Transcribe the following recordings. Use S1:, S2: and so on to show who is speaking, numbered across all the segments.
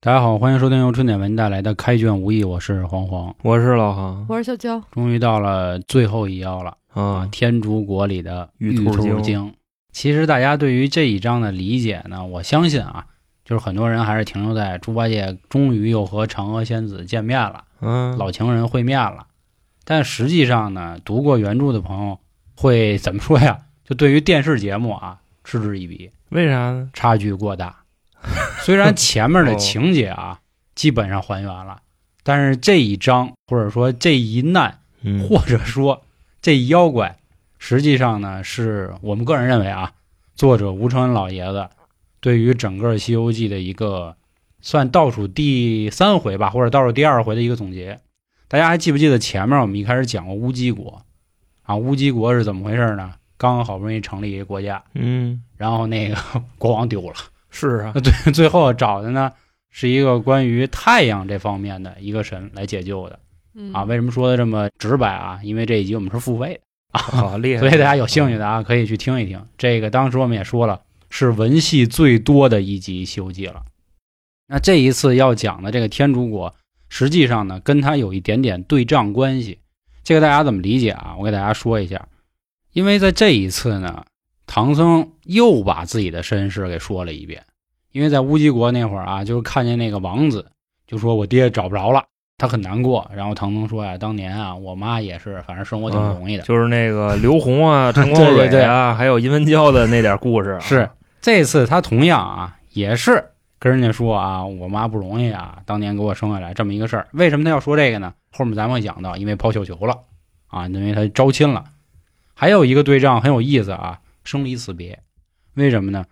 S1: 大家好，欢迎收听由春点为您带来的《开卷无益》，我是黄黄。
S2: 我是老航
S3: 我是秋秋，
S1: 终于到了最后一妖了啊！
S2: 啊，
S1: 天竺国里的
S2: 玉
S1: 兔
S2: 兔精
S1: 精。其实大家对于这一章的理解呢，我相信啊，就是很多人还是停留在猪八戒终于又和嫦娥仙子见面了，
S2: 嗯，
S1: 老情人会面了。但实际上呢，读过原著的朋友会怎么说呀？就对于电视节目啊，嗤之以鼻。
S2: 为啥呢？
S1: 差距过大。 虽然前面的
S2: 哦
S1: 情节啊、基本上还原了，但是这一章或者说这一难，
S2: 嗯
S1: 或者说这一妖怪，实际上呢是我们个人认为啊，作者吴承恩老爷子对于整个《西游记》的一个算倒数第三回吧，或者倒数第二回的一个总结。大家还记不记得前面我们一开始讲过乌鸡国啊？乌鸡国是怎么回事呢？刚好不容易成立一个国家，
S2: 嗯，
S1: 然后那个国王丢了。
S2: 是啊
S1: 那， 最 最后找的呢是一个关于太阳这方面的一个神来解救的
S3: 嗯
S1: 啊。为什么说的这么直白啊？因为这一集我们是付费
S2: 好厉
S1: 的，所
S2: 害！
S1: 以大家有兴趣的啊可以去听一听。这个当时我们也说了，是文戏最多的一集《西游记》了。那这一次要讲的这个天竺国，实际上呢跟它有一点点对仗关系。这个大家怎么理解啊？我给大家说一下，因为在这一次呢，唐僧又把自己的身世给说了一遍。因为在乌鸡国那会儿啊，就是看见那个王子，就说我爹找不着了，他很难过。然后唐僧说呀、当年啊，我妈也是，反正生活挺不容易的。
S2: 就是那个刘 洪啊、陈光
S1: 对对
S2: 蕊
S1: 对
S2: 啊，还有殷文娇的那点故事啊，
S1: 是这次他同样啊，也是跟人家说啊，我妈不容易啊，当年给我生下来这么一个事儿。为什么他要说这个呢？后面咱们会讲到，因为抛绣球了啊，因为他招亲了。还有一个对仗很有意思啊，生离死别，为什么呢？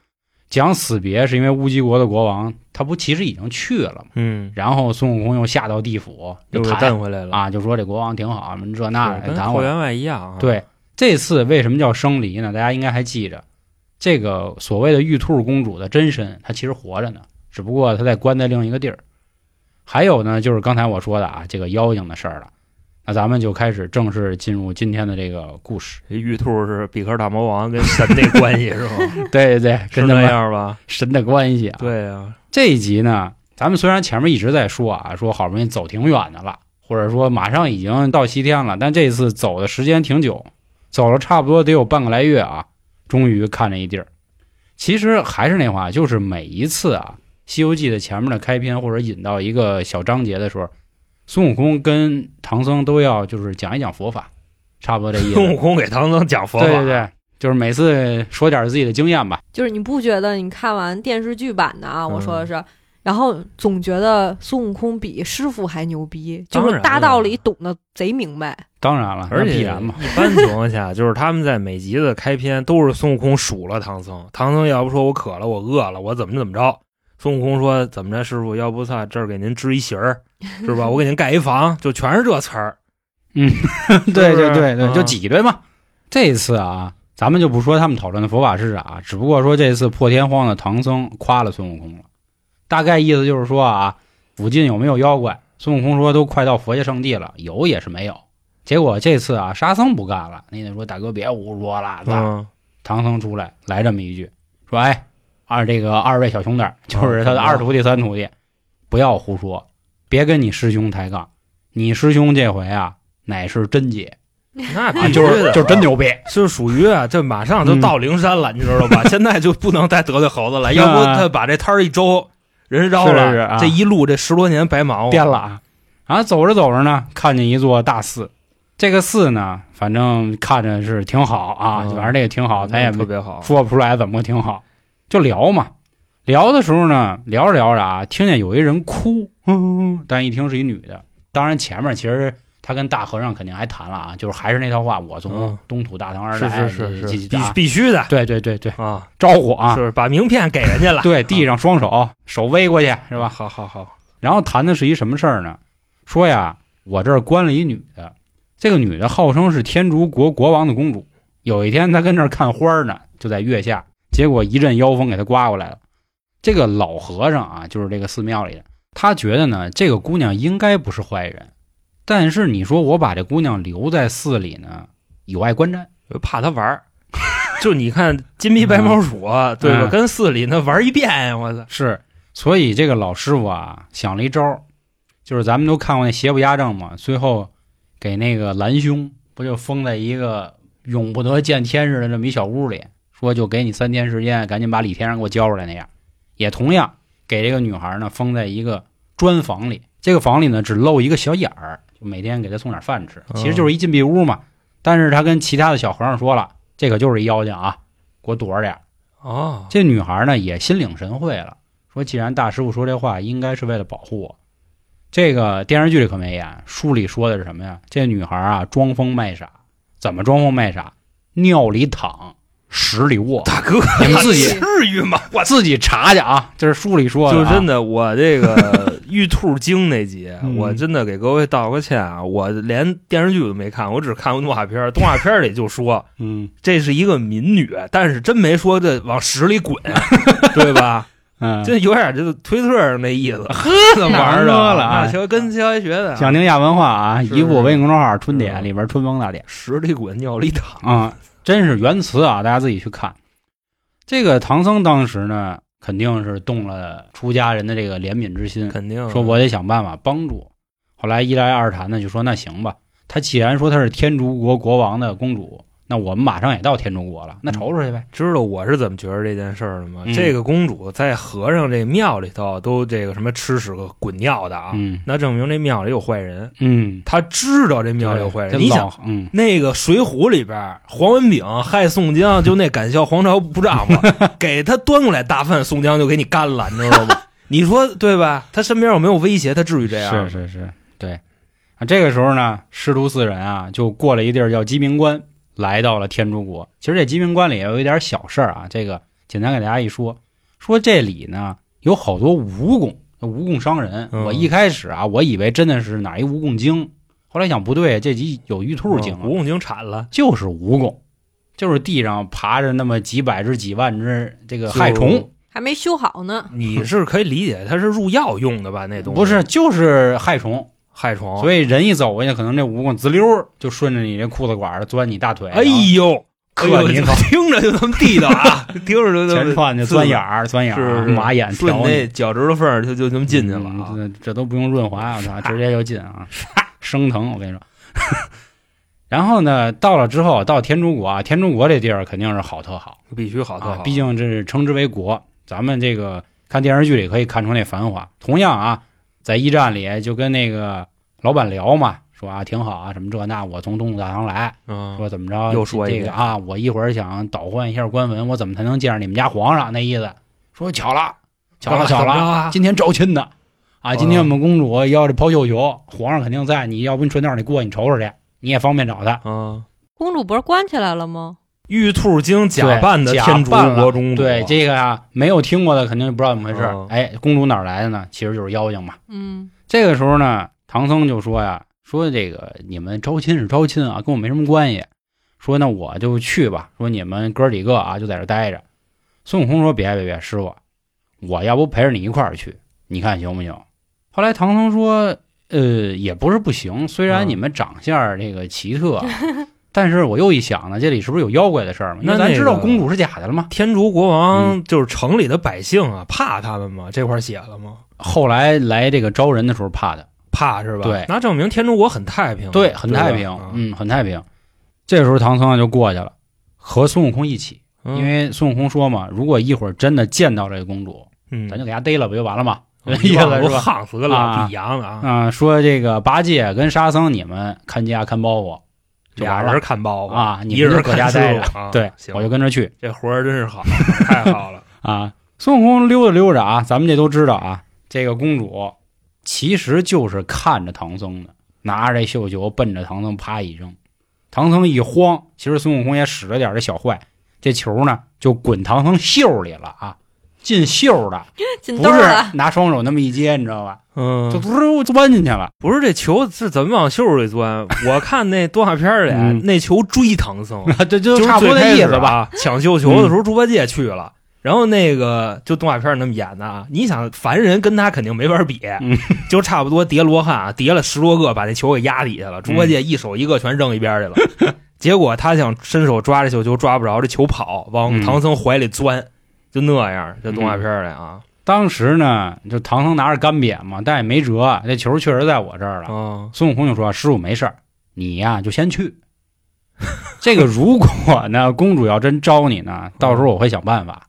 S1: 讲死别是因为乌鸡国的国王他不其实已经去了吗？
S2: 嗯，
S1: 然后孙悟空又下到地府，
S2: 又
S1: 就
S2: 给
S1: 谈
S2: 蹬回来了，
S1: 啊，就说这国王挺好，什么这那
S2: 是
S1: 的，
S2: 跟
S1: 谈
S2: 后
S1: 我。
S2: 员外一样啊。，
S1: 对，这次为什么叫生离呢？大家应该还记着，这个所谓的玉兔公主的真身，她其实活着呢，只不过她在关在另一个地儿。还有呢，就是刚才我说的啊，这个妖精的事儿了。那咱们就开始正式进入今天的这个故事。
S2: 玉兔是比克大魔王跟神那关系是吗？
S1: 对对对，
S2: 是
S1: 跟他
S2: 那
S1: 们
S2: 样吧？
S1: 神的关系啊。
S2: 对啊，
S1: 这一集呢，咱们虽然前面一直在说啊，说好不容易走挺远的了，或者说马上已经到西天了，但这次走的时间挺久，走了差不多得有半个来月啊，终于看着一地儿。其实还是那话，就是每一次啊，《西游记》的前面的开篇或者引到一个小章节的时候，孙悟空跟唐僧都要就是讲一讲佛法，差不多这意思。
S2: 孙悟空给唐僧 讲佛法，
S1: 对对对，就是每次说点自己的经验吧。
S3: 就是你不觉得你看完电视剧版的啊？我说
S2: 嗯
S3: 的是，然后总觉得孙悟空比师傅还牛逼，就
S2: 当
S3: 是
S2: 然
S3: 大
S2: 了
S3: 道理懂得贼明白。
S1: 当然了，那
S2: 而且
S1: 必然嘛，
S2: 一般情况下，就是他们在每集的开篇都是孙悟空数了唐僧，唐僧要不说我渴了，我饿了，我怎么怎么着，孙悟空说怎么着，师傅要不在这儿给您支一席儿，是吧？我给您盖一房，就全是这词儿。
S1: 对
S2: 是不
S1: 对
S2: 是
S1: 对对，
S2: 嗯
S1: 就挤兑嘛。这次啊，咱们就不说他们讨论的佛法是啥，只不过说这次破天荒的唐僧夸了孙悟空了，大概意思就是说啊，附近有没有妖怪？孙悟空说都快到佛家圣地了，有也是没有。结果这次啊，沙僧不干了，那得说大哥别胡说了，是吧
S2: 嗯，
S1: 唐僧出来来这么一句，说：“哎，二这个二位小兄弟儿，就是他的
S2: 嗯
S1: 二徒弟、三徒弟，不要胡说，别跟你师兄抬杠，你师兄这回啊乃是真姐，
S2: 那
S1: 啊、
S2: 必须
S1: 就
S2: 的
S1: 是就是真，牛逼。
S2: 就是属于啊，这马上就
S1: 嗯
S2: 到灵山了，你知道吧？现在就不能再得罪猴子了，要不他把这摊儿一周人
S1: 啊
S2: 绕
S1: 是
S2: 了，
S1: 是啊
S2: 这一路这十多年白忙活嗯
S1: 颠了啊！啊，走着走着呢，看见一座大寺，这个寺呢，反正看着是挺好啊，
S2: 嗯
S1: 反正这个挺好，咱也
S2: 特别好。
S1: 说不出来怎么个挺好，就聊嘛。聊的时候呢，聊着聊着啊，听见有一人哭，嗯，但一听是一女的。当然前面其实他跟大和尚肯定还谈了啊，就是还是那套话，我从
S2: 嗯
S1: 东土大唐而
S2: 是
S1: 来，
S2: 是是
S1: 这
S2: 是，
S1: 这
S2: 必
S1: 这啊
S2: 必须的
S1: 对对对对，
S2: 啊，
S1: 招呼啊，
S2: 是把名片给人家了，
S1: 对，啊递上双手，手微过去是吧？
S2: 好好好，
S1: 然后谈的是一什么事儿呢？说呀，我这儿关了一女的，这个女的号称是天竺国国王的公主。有一天，她跟这儿看花儿呢，就在月下，结果一阵妖风给她刮过来了。这个老和尚啊，就是这个寺庙里的，他觉得呢，这个姑娘应该不是坏人，但是你说我把这姑娘留在寺里呢，有碍观瞻。
S2: 怕他玩儿。就你看金皮白毛鼠啊，对吧？
S1: 嗯
S2: 跟寺里那玩一遍呀，我操！
S1: 是，所以这个老师傅啊，想了一招儿，就是咱们都看过那邪不压正嘛，最后给那个蓝兄不就封在一个永不得见天日的这么一小屋里，说就给你三天时间，赶紧把李天然给我交出来那样。也同样给这个女孩呢封在一个砖房里，这个房里呢只露一个小眼儿，就每天给她送点饭吃，其实就是一禁闭屋嘛。但是他跟其他的小和尚说了，这可就是一妖精啊，给我躲着点儿。
S2: 哦，
S1: 这女孩呢也心领神会了，说既然大师傅说这话，应该是为了保护我。这个电视剧里可没演，书里说的是什么呀？这女孩啊装疯卖傻，怎么装疯卖傻？尿里躺，屎里 卧，
S2: 大哥，
S1: 你们自己
S2: 至于吗？我
S1: 自己查去啊，这是书里说的、
S2: 就
S1: 啊。
S2: 真的，我这 个玉兔精那集，
S1: 嗯
S2: 我真的给各位道个歉啊！我连电视剧都没看，我只看过动画片儿。动画片儿里就说
S1: 嗯
S2: 这是一个民女，但是真没说这往屎里滚，啊 对吧？
S1: 嗯，
S2: 这有点这推特上那意思，呵，怎么 玩儿的？
S1: 哪儿了啊
S2: 啊，学跟肖学的啊，
S1: 想听亚文化啊，
S2: 是是
S1: 以我微信公众号“春点”
S2: 是
S1: 里边春风大典
S2: 屎里滚，尿里躺
S1: 啊、真是原词啊，大家自己去看。这个唐僧当时呢，肯定是动了出家人的这个怜悯之心，
S2: 肯定啊
S1: 说我得想办法帮助。后来一来二谈呢，就说那行吧，他既然说她是天竺国国王的公主，那我们马上也到天竺国了，那瞅瞅去呗。
S2: 知道我是怎么觉着这件事儿的吗？
S1: 嗯
S2: 这个公主在和尚这庙里头都这个什么吃屎个滚尿的啊，
S1: 嗯
S2: 那证明这庙里有坏人。
S1: 嗯，
S2: 他知道这庙里有坏
S1: 这
S2: 人。你
S1: 老
S2: 想，
S1: 嗯
S2: 那个《水浒》里边，黄文炳害宋江，就那敢笑黄巢不丈 夫，给他端过来大饭，宋江就给你干了，你知道 吗？你说对吧？他身边有没有威胁？他至于这样？
S1: 是是是，对。啊，这个时候呢，师徒四人啊，就过了一地儿叫鸡鸣关，来到了天竺国。其实这鸡鸣关里也有一点小事儿啊，这个简单给大家一说，说这里呢有好多蜈蚣，蜈蚣商人。
S2: 嗯
S1: 我一开始啊，我以为真的是哪一蜈蚣精，后来想不对，这集有玉兔啊精
S2: 嗯
S1: 了，
S2: 蜈蚣精产了，
S1: 就是蜈蚣，就是地上爬着那么几百只、几万只这个害虫，
S3: 还没修好呢。
S2: 你是可以理解它是入药用的吧？那东西
S1: 不是就是害虫。
S2: 害虫，
S1: 所以人一走过去，可能这蜈蚣滋溜儿就顺着你这裤子管儿钻你大腿，
S2: 哎呦，
S1: 磕
S2: 哎呦
S1: 你一口
S2: 听着就那么地道啊， 听着
S1: 然后
S2: 就那么
S1: 前窜就钻眼儿、钻眼
S2: 是
S1: 儿、
S2: 是
S1: 马眼
S2: 顺
S1: 瞟
S2: 那
S1: 你
S2: 脚趾头缝儿就就就能进去了啊。
S1: 嗯这这都不用润滑， 我操，直接就进啊，生疼，我跟你说。然后呢，到了之后，到天竺国啊，天竺国这地儿肯定是好特好，
S2: 必须好特
S1: 啊
S2: 好，，
S1: 毕竟这是称之为国。咱们这个看电视剧里可以看出那繁华。同样啊，在驿站里就跟那个老板聊嘛，说啊挺好啊，什么这那，我从东土大唐来，
S2: 嗯
S1: 说怎么着？
S2: 又说一
S1: 这
S2: 遍
S1: 个啊，我一会儿想倒换一下官文，我怎么才能见着你们家皇上？那意思说巧了，巧了，
S2: 怎
S1: 巧
S2: 么着
S1: 了，
S2: 啊，
S1: 今天招亲的啊！
S2: 嗯
S1: 今天我们公主要这抛绣球，皇上肯定在，你要不你顺道你过去你瞅瞅去，你也方便找他。
S2: 嗯，
S3: 公主不是关起来了吗？
S2: 玉兔精假扮的
S1: 对
S2: 天竺
S1: 假扮了
S2: 国中
S1: 对这个啊，没有听过的肯定不知道怎么回事
S2: 嗯。
S1: 哎，公主哪儿来的呢？其实就是妖精嘛。
S3: 嗯，
S1: 这个时候呢，唐僧就说呀：“说这个你们招亲是招亲啊，跟我没什么关系。说那我就去吧。说你们哥几个啊，就在这待着。”孙悟空说：“别别别，师傅，我要不陪着你一块儿去，你看行不行？”后来唐僧说：“呃，也不是不行，虽然
S2: 嗯
S1: 你们长相儿这个奇特啊， 但是我又一想呢，这里是不是有妖怪的事儿嘛？因为
S2: 那
S1: 咱
S2: 那
S1: 知道
S2: 个
S1: 公主是假的了吗？
S2: 天竺国王就是城里的百姓啊，怕他们吗？这块儿写了吗？
S1: 后来来这个招人的时候怕的。”
S2: 怕是吧？
S1: 对
S2: 那证明天竺国很太平，啊
S1: 对，很太
S2: 吧啊
S1: 平，，嗯，很太平。这时候唐僧啊就过去了，和孙悟空一起，
S2: 嗯
S1: 因为孙悟空说嘛，如果一会儿真的见到这个公主，
S2: 嗯，
S1: 咱就给她逮了，不就完了吗？
S2: 嗯
S1: 意思是
S2: 我
S1: 吧？
S2: 夯死个老
S1: 啊
S2: 比羊啊，
S1: 啊、说这个八戒跟沙僧你们看家看包袱，就
S2: 俩
S1: 完了
S2: 人看包吧，
S1: 啊，你
S2: 一
S1: 们就
S2: 人
S1: 搁家
S2: 看
S1: 待
S2: 书
S1: 着，
S2: 啊
S1: 对，
S2: 行，
S1: 我就跟着去
S2: 这活儿真是好， 太 好了，
S1: 啊。孙悟空溜达溜达啊，咱们这都知道啊，这个公主其实就是看着唐僧的，拿着这绣球奔着唐僧啪一扔，唐僧一慌，其实孙悟空也使了点这小坏，这球呢就滚唐僧袖里了啊，进袖了，
S3: 进兜
S1: 不
S3: 儿
S1: 是
S3: 了。啊
S1: 拿双手那么一接，你知道吧？就
S2: 嗯。
S1: 嘟溜钻进去了。
S2: 不是这球是怎么往袖里钻？我看那动画片儿里，啊
S1: 嗯
S2: 那球追唐僧，
S1: 这就
S2: 哦就是
S1: 差不多
S2: 最
S1: 那
S2: 开
S1: 意
S2: 始
S1: 思吧。嗯
S2: 啊。抢绣球的时候，猪八戒去了，然后那个就动画片那么演的啊。你想，凡人跟他肯定没法比，
S1: 嗯
S2: 就差不多叠罗汉啊，叠了十多个，把那球给压底下了。
S1: 嗯
S2: 猪八戒一手一个全扔一边去了， 结果他想伸手抓这绣球抓不着，这球跑
S1: 嗯
S2: 往唐僧怀里钻，就那样。这动画片里啊，
S1: 当时呢，就唐僧拿着干瘪嘛，但也没辙，这球确实在我这儿了。
S2: 啊，
S1: 孙悟空就说：“师傅没事儿，你呀、就先去。 这个如果呢，公主要真招你呢，到时候我会想办法。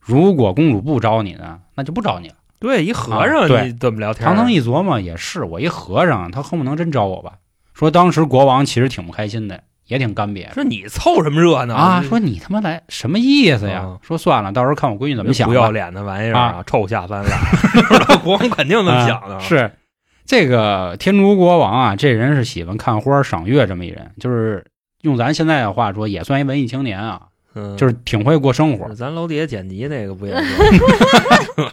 S1: 如果公主不招你呢，那就不招你了。
S2: 对，一和
S1: 啊
S2: 尚
S1: 对
S2: 你怎么聊”天儿？
S1: 唐僧一琢磨也是，我一和尚，他恨不能真招我吧？说当时国王其实挺不开心的，也挺干瘪
S2: 说你凑什么热闹
S1: 啊，
S2: 你
S1: 说你他妈来什么意思呀
S2: 嗯？
S1: 说算了，到时候看我闺女怎么想吧。
S2: 不要脸的玩意儿
S1: 啊，
S2: 臭下 三滥，国王肯定那么想的。
S1: 啊是这个天竺国王啊，这人是喜欢看花赏月这么一人，就是用咱现在的话说，也算一文艺青年啊，
S2: 嗯，
S1: 就是挺会过生活
S2: 咱楼底下剪辑那个不 也是？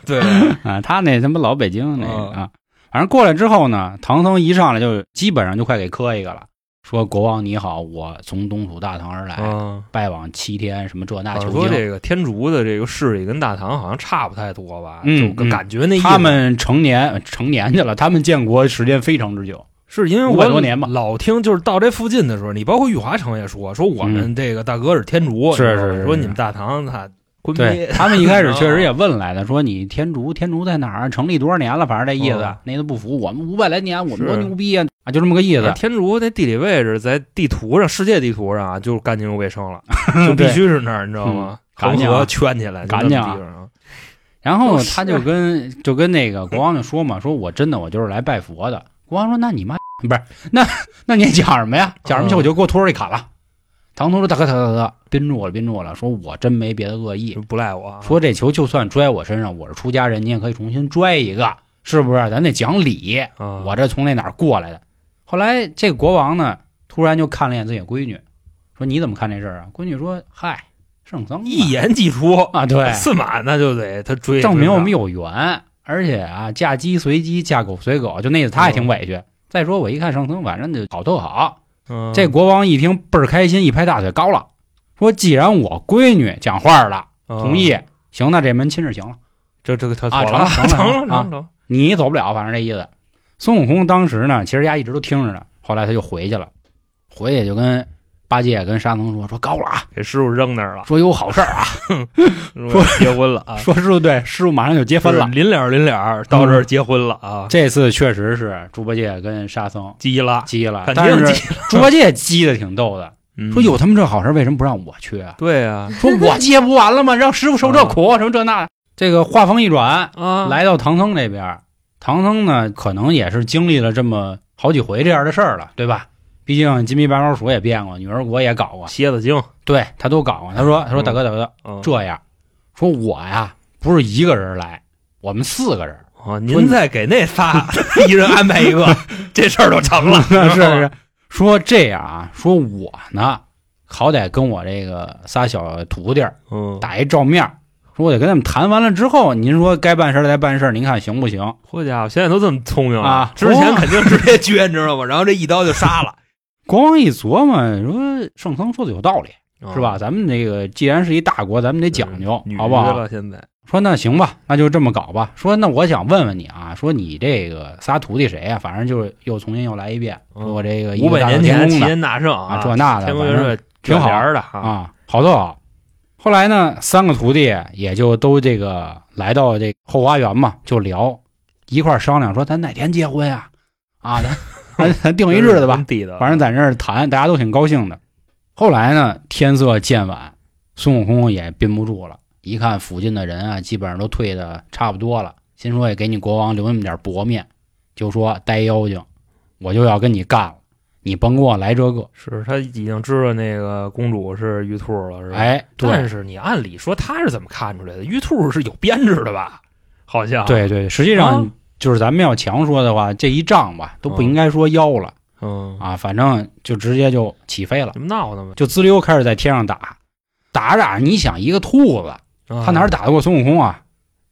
S2: 对吧，
S1: 啊。他那他妈老北京那个
S2: 哦
S1: 啊，反正过来之后呢，唐僧一上来就基本上就快给磕一个了，说国王你好，我从东土大唐而来，
S2: 嗯，
S1: 拜往七天，什么这那
S2: 好像
S1: 求
S2: 说
S1: 经。
S2: 这个天竺的这个势力跟大唐好像差不太多吧？
S1: 嗯
S2: 就感觉那意思
S1: 他们成年呃成年去了，他们建国时间非常之久。
S2: 是因为
S1: 500
S2: 我
S1: 多年吧
S2: 老听就是到这附近的时候，你包括玉华城也说说我们这个大哥是天竺，
S1: 嗯是
S2: 你知道吗
S1: 是是
S2: 说你们大唐他昆
S1: 对
S2: 明
S1: 他们一开始
S2: 啊
S1: 确实也问来的，说你天竺天竺在哪儿？成立多少年了？反正这意思
S2: 嗯，
S1: 那都不服。我们五百来年，我们多
S2: 是哎
S1: 牛逼啊！啊，就这么个意思。
S2: 天竺那地理位置在地图上，世界地图上啊，就是干净又 卫生了，就必须是那儿，你知道吗？
S1: 嗯
S2: 恒
S1: 干净啊
S2: 河圈起来，就那么
S1: 干净啊
S2: 地方啊
S1: 然后
S2: 都是
S1: 他就跟就跟那个国王就说嘛，说我真的我就是来拜佛的。国王说：“那你妈不是？那那你讲什么呀？讲什么去？
S2: 嗯
S1: 我就给我拖出去砍了。”唐僧说：“大哥，大哥，大哥，憋住我了，憋住我了。说我真没别的恶意
S2: 就，不赖我啊。
S1: 说这球就算拽我身上，我是出家人，你也可以重新拽一个，是不是？咱得讲理。
S2: 啊，
S1: 我这从那哪儿过来的？后来这国王呢，突然就看了一眼自己闺女，说：“你怎么看这事儿啊？”闺女说：“嗨，圣僧嘛
S2: 一言既出，
S1: 啊，对，
S2: 驷马那就得他追，
S1: 证明我们有缘，而且啊，嫁鸡随鸡，嫁狗随狗，就那意思，他也挺委屈。再说我一看圣僧，反正就好都好。
S2: 嗯
S1: 这国王一听倍儿开心，一拍大腿高了，说：“既然我闺女讲话了，同，意，
S2: 嗯
S1: 行，那这门亲事行了。”
S2: 这这个他
S1: 啊
S2: 妥了，
S1: 成了成了
S2: 成
S1: 啊
S2: 成了，
S1: 你走不了，反正这意思。孙悟空当时呢，其实丫一直都听着呢，后来他就回去了，回去就跟八戒跟沙僧说说高了啊，
S2: 给师傅扔那儿了，
S1: 说有好事 儿啊，
S2: 说结婚了啊，
S1: 说师傅对，师傅马上就结婚了嗯
S2: 就是。临了临了，到这儿结婚了啊，
S1: 这次确实是猪八戒跟沙僧
S2: 急了，
S1: 急了，
S2: 肯定
S1: 但
S2: 急
S1: 是猪八戒急的挺逗的，
S2: 嗯
S1: 说有他们这好事儿为什么不让我去 啊？
S2: 对啊
S1: 说我接不完了吗？让师傅受这苦，什么这那的。这个话锋一转，
S2: 啊，
S1: 来到唐僧这边儿，唐僧呢，可能也是经历了这么好几回这样的事儿了，对吧？毕竟金皮白毛鼠也变过，女儿国也搞过，
S2: 蝎子精，
S1: 对他都搞过。他说：“他说
S2: 嗯
S1: 大哥大哥，
S2: 嗯
S1: 这样，说我呀不是一个人来，我们四个人。，
S2: 啊，您再给那仨一人安排一个，这事儿就成了
S1: 是是，说这样啊，说我呢，好歹跟我这个仨小徒弟儿
S2: 嗯，
S1: 打一照面儿，说我得跟他们谈完了之后，您说该办事儿再办事儿，您看行不行？
S2: 好家伙，现在都这么聪明
S1: 啊
S2: 了，之前肯定直接撅，你知道吗？然后这一刀就杀了，
S1: 国王一琢磨，说圣僧说的有道理。” 是吧？
S2: 啊？
S1: 咱们这个既然是一大国，咱们得讲究，
S2: 女
S1: 好不
S2: 的
S1: 好？
S2: 了现在
S1: 说那行吧，那就这么搞吧。说那我想问问你啊，说你这个仨徒弟谁呀、反正就是又重新又来一遍，
S2: 嗯
S1: 说我这个呃一
S2: 五
S1: 个
S2: 百
S1: 大闹
S2: 年前
S1: 天
S2: 齐
S1: 宫的
S2: 天大圣啊，
S1: 这那的，
S2: 天宫
S1: 反
S2: 元
S1: 正
S2: 帅
S1: 挺好
S2: 卷帘儿的啊，
S1: 啊，好都好。后来呢，三个徒弟也就都这个来到这后花园嘛，就聊，一块儿商量说咱哪天结婚呀、啊？啊，咱咱咱定一日子吧。
S2: 地的，
S1: 反正在那儿谈，大家都挺高兴的。后来呢，天色渐晚，孙悟空也憋不住了，一看附近的人啊，基本上都退的差不多了，心说也给你国王留那么点薄面，就说呆妖精，我就要跟你干了，你甭给我来这个。
S2: 是他已经知道那个公主是玉兔了，是吧？
S1: 哎，对
S2: 但是你按理说他是怎么看出来的？玉兔是有编制的吧？好像，
S1: 对对，实际上
S2: 啊
S1: 就是咱们要强说的话，这一仗吧都不应该说妖了
S2: 嗯，
S1: 啊，反正就直接就起飞了
S2: 这，不闹呢吗？
S1: 就滋溜开始在天上打，打着打着，你想一个兔子。他
S2: 他
S1: 哪儿打得过孙悟空啊？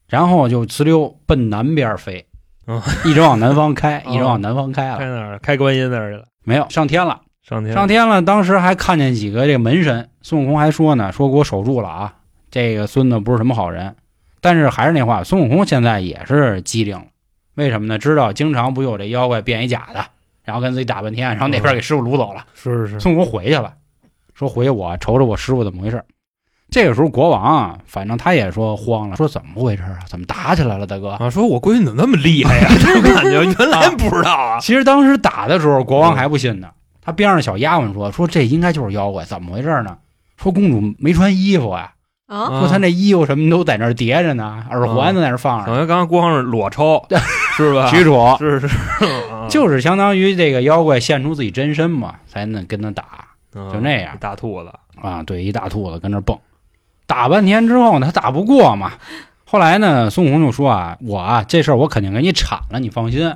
S1: 然后就呲溜奔南边飞
S2: 嗯，
S1: 一直往南方开，
S2: 嗯
S1: 一直往南方开
S2: 开
S1: 了，
S2: 那儿了开观音那儿去了，
S1: 没有上天了，
S2: 上天
S1: 上天了。当时还看见几个这个门神，孙悟空还说呢，说给我守住了啊，这个孙子不是什么好人。但是还是那话，孙悟空现在也是机灵了，为什么呢？知道经常不有这妖怪变一假的，然后跟自己打半天，然后那边给师傅掳走了。
S2: 是是是，
S1: 孙悟空回去了，说回去我瞅瞅我师傅怎么回事儿。这个时候国王啊，反正他也说慌了，说怎么回事啊？怎么打起来了，大哥？
S2: 啊，说我闺女怎么那么 厉害呀、就感觉原来不知道啊，
S1: 其实当时打的时候，国王还不信呢。他边上小丫鬟说：“说这应该就是妖怪，怎么回事呢？说公主没穿衣服啊，
S3: 啊，
S2: 啊
S1: 说她那衣服什么都在那儿叠着呢，耳环都在那儿放
S2: 可
S1: 着。
S2: 能刚刚光是裸抽是吧？
S1: 许褚
S2: 是是，啊
S1: 就是相当于这个妖怪现出自己真身嘛，才能跟他打就那样
S2: 嗯大兔子，
S1: 啊。对，一大兔子跟那儿蹦，打半天之后呢，他打不过嘛。后来呢，孙悟空就说啊，我啊这事儿我肯定给你铲了，你放心。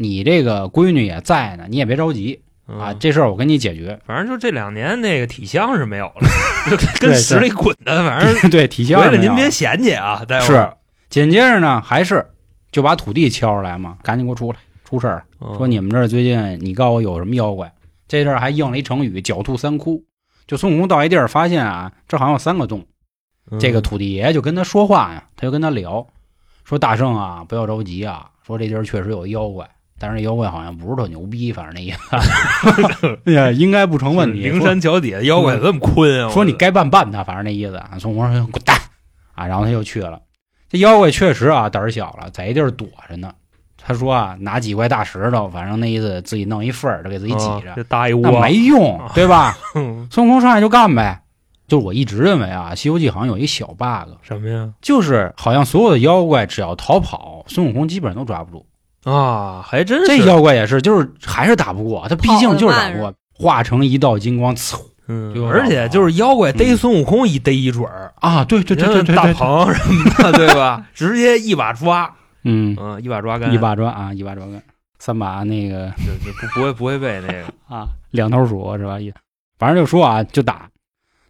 S1: 你这个闺女也在呢，你也别着急
S2: 嗯
S1: 啊，这事儿我给你解决。
S2: 反正就这两年那个体香是没有了， 就跟
S1: 对
S2: 屎里滚的，反正
S1: 对，体现
S2: 为了您别嫌弃啊，待会
S1: 是
S2: 儿，
S1: 紧接着呢，还是就把土地敲出来嘛，赶紧给我出来，出事儿了。说
S2: 嗯
S1: 你们这儿最近，你告诉我有什么妖怪？这阵儿还应了一成语“狡兔三窟”。就孙悟空到一地儿，发现啊，这好像有三个洞。
S2: 嗯
S1: 这个土地爷就跟他说话呀，他就跟他聊，说大圣啊，不要着急啊，说这地儿确实有妖怪，但是这妖怪好像不是特牛逼，反正那意 思，哎呀，应该不成问题。
S2: 嗯灵
S1: 说
S2: 山脚底下妖怪怎么那么坤啊？
S1: 说你
S2: 我
S1: 该办办他，反正那意思啊。孙悟空说滚蛋啊，然后他就去了。这妖怪确实啊胆儿小了，在一地儿躲着呢。他说啊，拿几块大石头，反正那意思自己弄一份儿，就给自己挤
S2: 啊
S1: 着，
S2: 这搭一窝
S1: 那没 用，对吧？
S2: 嗯
S1: 孙悟空上来就干呗。就是我一直认为啊，《西游记》好像有一小 bug，
S2: 什么呀？
S1: 就是好像所有的妖怪只要逃跑，孙悟空基本上都抓不住。
S2: 啊，还真
S1: 这
S2: 是
S1: 妖怪也是，就是还是打不过，他毕竟就是打不
S3: 跑得慢
S1: 过，化成一道金光，呲
S2: 嗯
S1: 这个
S2: 而且就是妖怪逮孙悟空一逮一准儿，
S1: 啊！嗯对对对对对
S2: 大
S1: 对，对
S2: 鹏什么的，对吧？ 直接一把抓，
S1: 嗯，
S2: 嗯，一把抓干，
S1: 一把抓啊，一把抓嗯根，三把那个
S2: 就就不不会不会被那个，
S1: 啊，两头鼠是吧？一，反正就说啊，就打，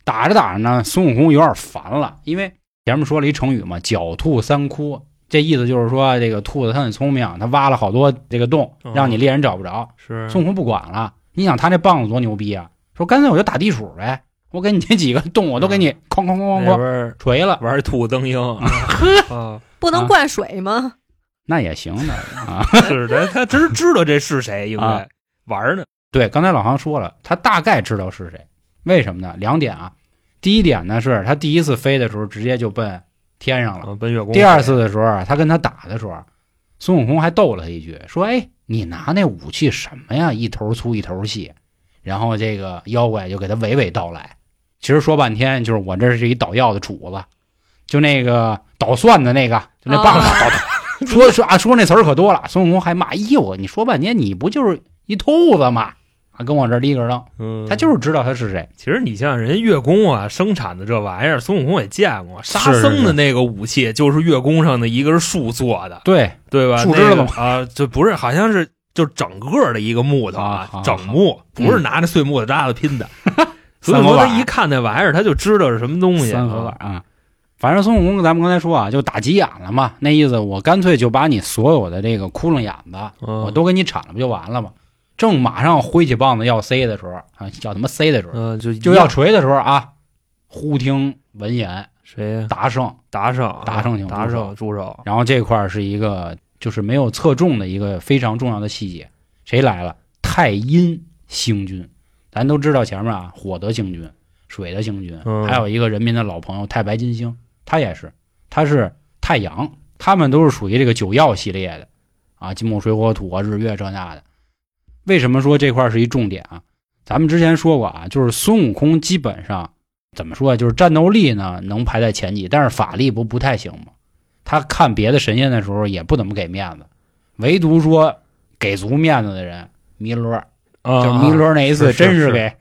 S1: 打着打着呢，孙悟空有点烦了，因为前面说了一成语嘛，“狡兔三窟”，这意思就是说这个兔子它很聪明，它挖了好多这个洞，让你猎人找不着。
S2: 是
S1: 孙悟空不管了，你想他那棒子多牛逼啊？说干脆我就打地鼠呗，我给你这几个洞我都给你哐哐哐哐
S2: 嗯那
S1: 哐
S2: 边
S1: 锤了，
S2: 玩兔子蹬鹰， 啊，
S3: 不
S1: 啊
S3: 能灌水吗？
S1: 那也行的啊。
S2: 是的，他真知道这是谁，应
S1: 啊
S2: 该玩呢，
S1: 对，刚才老航说了，他大概知道是谁，为什么呢？两点啊。第一点呢，是他第一次飞的时候直接就奔天上了。
S2: 啊，奔月宫。
S1: 第二次的时候啊，他跟他打的时候啊，孙悟空还逗了他一句，说：“哎，你拿那武器什么呀？一头粗一头细。”然后这个妖怪就给他娓娓道来。其实说半天，就是我这是一捣药的杵子，就那个捣蒜的那个，就那棒子捣捣。说说啊，说那词儿可多了。孙悟空还骂：“哎呦，我你说半天，你不就是一兔子吗？啊，跟我这儿立个扔。”
S2: 嗯，
S1: 他就是知道他是谁。
S2: 其实你像人月宫啊，生产的这玩意儿，孙悟空也见过，沙
S1: 是是
S2: 僧的那个武器就是月宫上的一根树做的，
S1: 对，
S2: 对吧？
S1: 树枝
S2: 那
S1: 子
S2: 个
S1: 吗
S2: 啊，就不是，好像是就整个的一个木头
S1: 啊嗯好
S2: 整木，不是拿着碎木头渣子 拼的。所以
S1: 三合
S2: 说
S1: 板
S2: 他一看那玩意儿，他就知道是什么东西。
S1: 三合板啊。反正孙悟空，咱们刚才说啊，就打急眼了嘛，那意思我干脆就把你所有的这个窟窿眼子，
S2: 嗯，
S1: 我都给你铲了，不就完了吗？正马上挥起棒子要塞的时候啊，要他妈塞的时候，
S2: 嗯、就
S1: 就要锤的时候啊，忽听闻言，
S2: 谁呀？
S1: 达胜，
S2: 打赏，
S1: 打赏请
S2: 打
S1: 助手
S2: 赏，助手
S1: 然后这块儿是一个就是没有侧重的一个非常重要的细节，谁来了？太阴星君，咱都知道前面啊，火的星君、水的星君，
S2: 嗯
S1: 还有一个人民的老朋友太白金星，他也是，他是太阳，他们都是属于这个九曜系列的啊，金木水火土啊，日月这那的。为什么说这块儿是一重点啊？咱们之前说过啊，就是孙悟空基本上怎么说啊，就是战斗力呢能排在前几，但是法力不不太行嘛。他看别的神仙的时候也不怎么给面子，唯独说给足面子的人弥勒儿，
S2: 啊
S1: 就是弥勒那一次
S2: 是是
S1: 真
S2: 是
S1: 给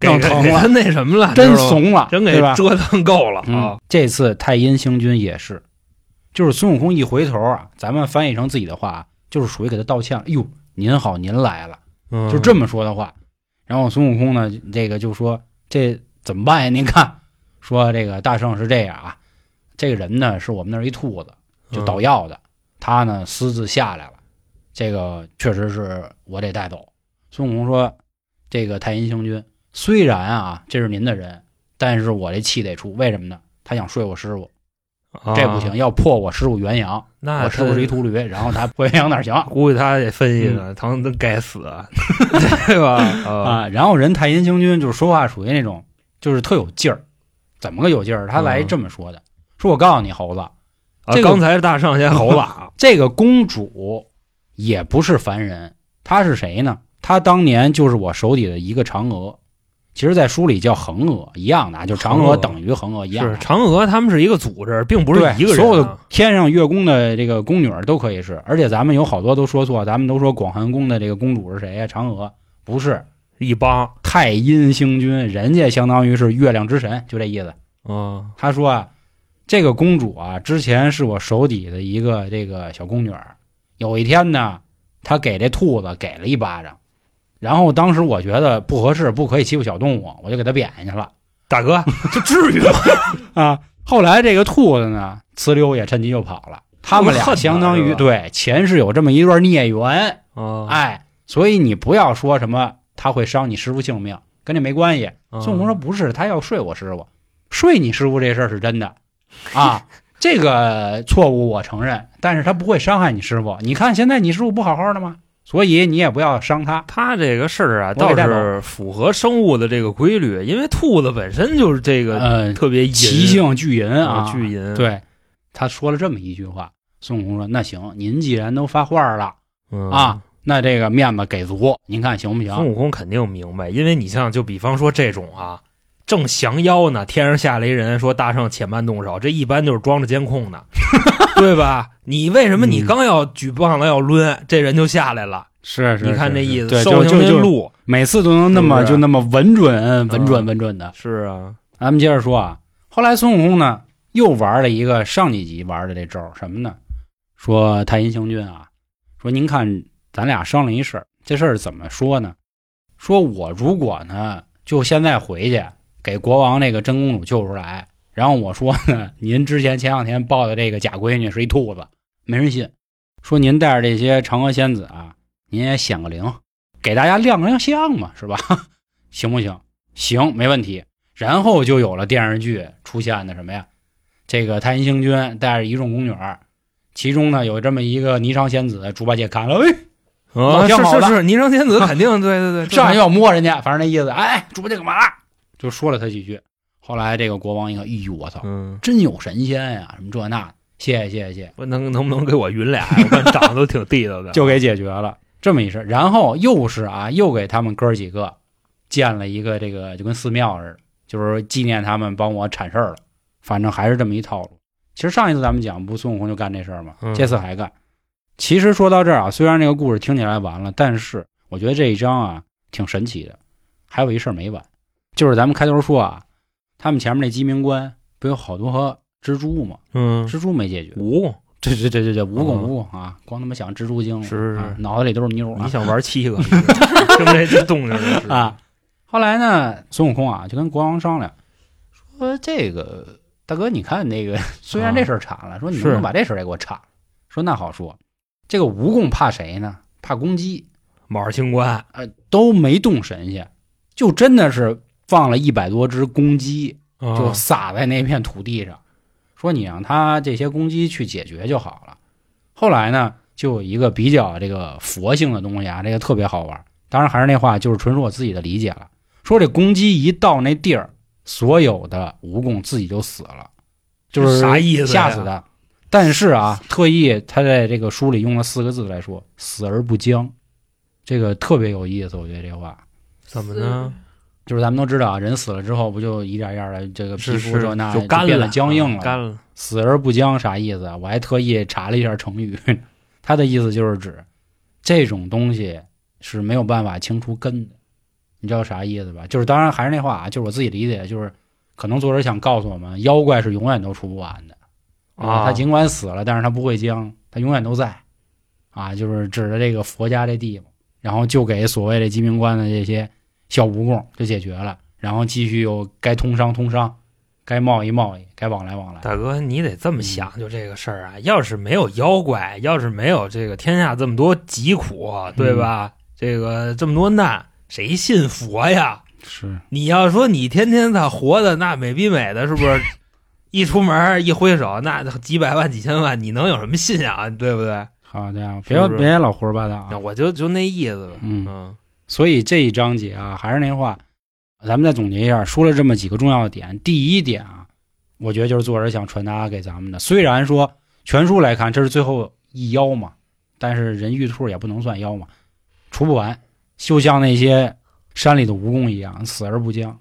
S2: 给
S1: 弄疼
S2: 给
S1: 了
S2: 他那什么了，
S1: 真
S2: 知道吗，
S1: 怂了，
S2: 真给
S1: 对吧？
S2: 折腾够了
S1: 嗯
S2: 啊！，
S1: 这次太阴星君也是，就是孙悟空一回头啊，咱们翻译成自己的话，就是属于给他道歉了。哎呦，您好，您来了，
S2: 嗯
S1: 就这么说的话。然后孙悟空呢，这个就说这怎么办呀？您看，说这个大圣是这样啊，这个人呢是我们那儿一兔子，
S2: 嗯
S1: 就捣药的，他呢私自下来了，这个确实是我得带走。孙悟空说：“这个太阴星君虽然啊这是您的人，但是我这气得出，为什么呢？他想睡我师傅，
S2: 嗯
S1: 这不行，，
S2: 啊
S1: 要破我师傅元阳，
S2: 那
S1: 我师傅
S2: 他啊
S1: 是一秃驴，然后他破元阳哪儿行
S2: 估计他也分析
S1: 嗯
S2: 呢，唐僧该死， 对吧？啊，
S1: 啊？然后人太阴星君就是说话属于那种就是特有劲儿，怎么个有劲儿？他来
S2: 嗯
S1: 这么说的：“说我告诉你，猴子，
S2: 啊
S1: 这个
S2: 刚才大上先吼 了啊，
S1: 这个公主也不是凡人，她是谁呢？她当年就是我手底的一个嫦娥，其实，在书里叫恒娥，一样的啊，就嫦
S2: 嫦娥
S1: 娥等于恒娥一样
S2: 是
S1: 的。
S2: 嫦娥他们是一个组织，并不是
S1: 对
S2: 一个人啊、
S1: 所有的天上月宫的这个宫女儿都可以是，而且咱们有好多都说错，咱们都说广寒宫的这个公主是谁呀、嫦娥不是
S2: 一帮，
S1: 太阴星君，人家相当于是月亮之神，就这意思。
S2: 嗯
S1: 他说啊，这个公主啊，之前是我手底的一个这个小宫女儿。有一天呢，她给这兔子给了一巴掌，然后当时我觉得不合适，不可以欺负小动物，我就给它扁下去了
S2: 大哥，这至于吗？
S1: 啊。后来这个兔子呢，呲溜也趁机就跑了。他们俩相当
S2: 恨
S1: 于
S2: 他是吧
S1: 对前世有这么一段孽缘，
S2: 啊，
S1: 哎，所以你不要说什么他会伤你师傅性命，跟这没关系。
S2: 嗯啊
S1: 孙悟空说不是，他要睡我师傅，睡你师傅这事儿是真的 啊。这个错误我承认，但是他不会伤害你师傅。你看现在你师傅不好好的吗？所以你也不要伤他。
S2: 他这个事儿啊，
S1: 我给
S2: 倒
S1: 带走
S2: 是符合生物的这个规律，因为兔子本身就是这个
S1: 呃，
S2: 特别
S1: 奇
S2: 淫
S1: 性巨淫啊，
S2: 巨淫，，
S1: 对，他说了这么一句话。孙悟空说：“那行，您既然都发话了，
S2: 嗯
S1: 啊。那这个面子给足，您看行不
S2: 孙
S1: 行？
S2: 悟空肯定明白，因为你像就比方说这种啊，正降妖呢，天上下雷人说大圣且慢动手，这一般就是装着监 控呢，对吧？你为什么你
S1: 嗯
S2: 刚要举棒子要抡，这人就下来了？
S1: 是
S2: 你看这意思，
S1: 对，
S2: 受
S1: 就
S2: 刑
S1: 就
S2: 天
S1: 就
S2: 路
S1: 每次都能那么
S2: 是不是
S1: 就那么稳准、稳准、
S2: 嗯
S1: 稳准的。
S2: 是啊，
S1: 咱们接着说啊，后来孙悟空呢又玩了一个上几集玩的这招儿，什么呢？说太阴星君啊，说您看咱俩商量一事儿，这事儿怎么说呢？说我如果呢就现在回去给国王那个真公主救出来，然后我说呢，您之前前两天抱的这个假闺女是一兔子，没人信。说您带着这些嫦娥仙子啊，您也显个灵，给大家亮亮相嘛，是吧？ 行不行？行，没问题。然后就有了电视剧出现的什么呀？这个太阴星君带着一众宫女儿，其中呢有这么一个霓裳仙子，猪八戒看了，哎，
S2: 啊，
S1: 老
S2: 是
S1: 相好
S2: 是
S1: 了
S2: 是，霓裳仙子肯定对对对，
S1: 上
S2: 这
S1: 来就要摸人家，反正那意思，哎，猪八戒干嘛啦？就说了他几句。后来这个国王一看，哎呦我操，
S2: 嗯，
S1: 真有神仙呀、什么这那的，谢谢谢谢谢谢，
S2: 不能能不能给我匀俩？ 我看长得都挺地道 的，
S1: 就给解决了这么一事儿。然后又是啊，又给他们哥儿几个建了一个这个就跟寺庙似的，就是纪念他们帮我铲事儿了。反正还是这么一套路。其实上一次咱们讲，不孙悟空就干这事儿嘛
S2: 嗯，
S1: 这次还干。其实说到这儿啊，虽然这个故事听起来完了，但是我觉得这一章啊挺神奇的。还有一事儿没完，就是咱们开头说啊，他们前面那鸡鸣关不有好多蜘蛛吗？
S2: 嗯，
S1: 蜘蛛没解决，
S2: 五，
S1: 对对对对对，蜈蚣
S2: 嗯
S1: 蜈蚣啊，光他妈想蜘蛛精了，
S2: 是
S1: 啊脑子里都是妞
S2: 你
S1: 啊
S2: 想玩 七个，听这这动静真是，
S1: 啊！后来呢，孙悟空啊就跟国王商量，说这个大哥，你看那个 虽然这事儿铲了，说你能不
S2: 是
S1: 能把这事儿也给我铲了？说那好说，这个蜈蚣怕谁呢？怕公鸡，
S2: 卯儿清官，
S1: 呃，都没动神仙，就真的是放了一百多只公鸡，就
S2: 啊
S1: 撒在那片土地上，说你让他这些公鸡去解决就好了。后来呢，就有一个比较这个佛性的东西啊，这个特别好玩。当然还是那话，就是纯属我自己的理解了。说这公鸡一到那地儿，所有的蜈蚣自己就死了，就是
S2: 啥意思
S1: 吓
S2: 呀
S1: 死的。但是啊，特意他在这个书里用了四个字来说“死而不僵”，这个特别有意思。我觉得这话
S2: 啊怎么呢？
S1: 就是咱们都知道啊，人死了之后不就一点一点的这个皮
S2: 是
S1: 肤
S2: 是
S1: 这那
S2: 就干
S1: 变
S2: 了，啊
S1: 得僵硬了，
S2: 干了。
S1: 死而不僵啥意思啊？我还特意查了一下成语，它的意思就是指这种东西是没有办法清除根的，你知道啥意思吧？就是当然还是那话啊，就是我自己理解，就是可能作者想告诉我们，妖怪是永远都除不完的
S2: 啊
S1: 他尽管死了，但是他不会僵，他永远都在啊，就是指的这个佛家这地方，然后就给所谓的鸡鸣关的这些小蜈蚣就解决了，然后继续又该通商通商，该贸易贸易，该往来往来。
S2: 大哥，你得这么想，
S1: 嗯
S2: 就这个事儿啊，要是没有妖怪，要是没有这个天下这么多疾苦，对
S1: 嗯
S2: 吧？这个这么多难，谁信佛呀？
S1: 是，
S2: 你要说你天天在活的那美逼美的，是不 是？一出门一挥手，那几百万几千万，你能有什么信仰啊？对不对？
S1: 好家伙，
S2: 是
S1: 别
S2: 不是
S1: 别老胡说八道
S2: 那
S1: 啊！
S2: 我就就那意思吧。
S1: 嗯
S2: 嗯
S1: 所以这一章节啊，还是那话，咱们再总结一下，说了这么几个重要的点。第一点啊，我觉得就是作者想传达给咱们的。虽然说全书来看这是最后一妖嘛，但是人玉兔也不能算妖嘛，除不完，就像那些山里的蜈蚣一样，死而不僵，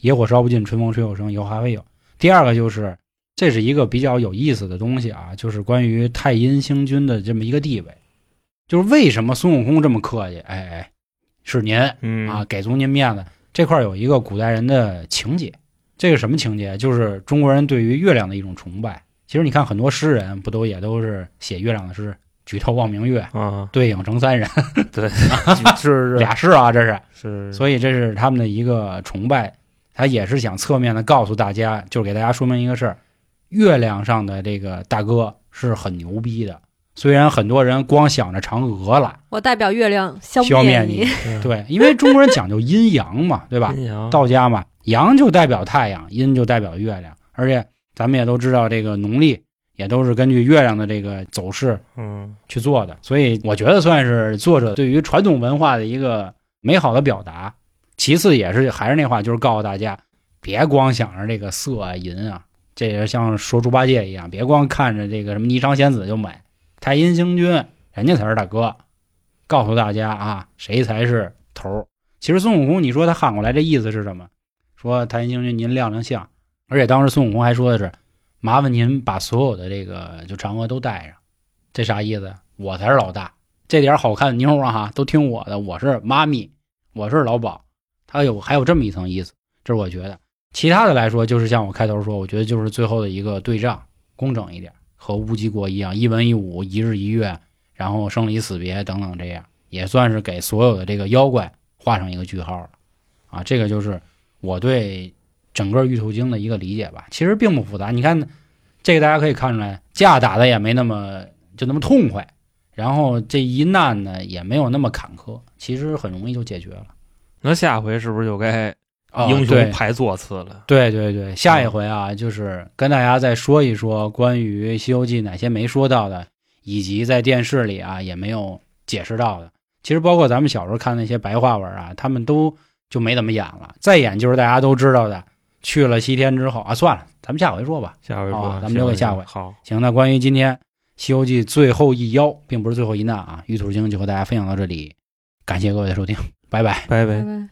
S1: 野火烧不尽，春风吹又生，以后还会有。第二个就是，这是一个比较有意思的东西啊，就是关于太阴星君的这么一个地位，就是为什么孙悟空这么客气？哎哎，是您
S2: 嗯
S1: 啊，给足您面子。这块儿有一个古代人的情节，这个什么情节？就是中国人对于月亮的一种崇拜。其实你看很多诗人不都也都是写月亮的诗，举头望明月，
S2: 啊，
S1: 对影成三人，
S2: 对，是是
S1: 俩诗啊，这是。
S2: 是，
S1: 所以这是他们的一个崇拜，他也是想侧面的告诉大家，就是给大家说明一个事儿：月亮上的这个大哥是很牛逼的。虽然很多人光想着嫦娥了，
S3: 我代表月亮消
S1: 消灭
S3: 你。
S1: 你，
S2: 嗯
S1: 对，因为中国人讲究阴阳嘛，对吧？
S2: 阴阳
S1: 道家嘛，阳就代表太阳，阴就代表月亮，而且咱们也都知道，这个农历也都是根据月亮的这个走势
S2: 嗯
S1: 去做的，所以我觉得算是作者对于传统文化的一个美好的表达。其次也是还是那话，就是告诉大家，别光想着这个色啊银啊，这也像说猪八戒一样，别光看着这个什么霓裳仙子就买，太阴星君人家才是大哥。告诉大家啊，谁才是头儿。其实孙悟空，你说他喊过来这意思是什么？说太阴星君您亮亮相，而且当时孙悟空还说的是，麻烦您把所有的这个就嫦娥都带上。这啥意思？我才是老大，这点好看的妞啊哈，都听我的，我是妈咪，我是老鸨。他有还有这么一层意思，这是我觉得。其他的来说，就是像我开头说，我觉得就是最后的一个对仗，工整一点，和乌鸡国一样，一文一武，一日一月，然后生离死别等等，这样也算是给所有的这个妖怪画上一个句号了。啊，这个就是我对整个《玉兔经》的一个理解吧。其实并不复杂，你看这个大家可以看出来，架打的也没那么就那么痛快，然后这一难呢也没有那么坎坷，其实很容易就解决了。
S2: 那下回是不是就该
S1: 啊
S2: 英
S1: 对哦
S2: 雄排座次了？
S1: 对对对，下一回啊，就是跟大家再说一说关于《西游记》哪些没说到的，以及在电视里啊也没有解释到的。其实包括咱们小时候看那些白话文啊，他们都就没怎么演了，再演就是大家都知道的。去了西天之后啊，算了，咱们下回说吧。
S2: 下回
S1: 好
S2: 说，
S1: 咱们留给下回
S2: 好，
S1: 行，那关于今天《西游记》最后一妖，并不是最后一难啊，《玉兔经》就和大家分享到这里，感谢各位的收听，拜拜。
S2: 拜拜
S3: 拜。拜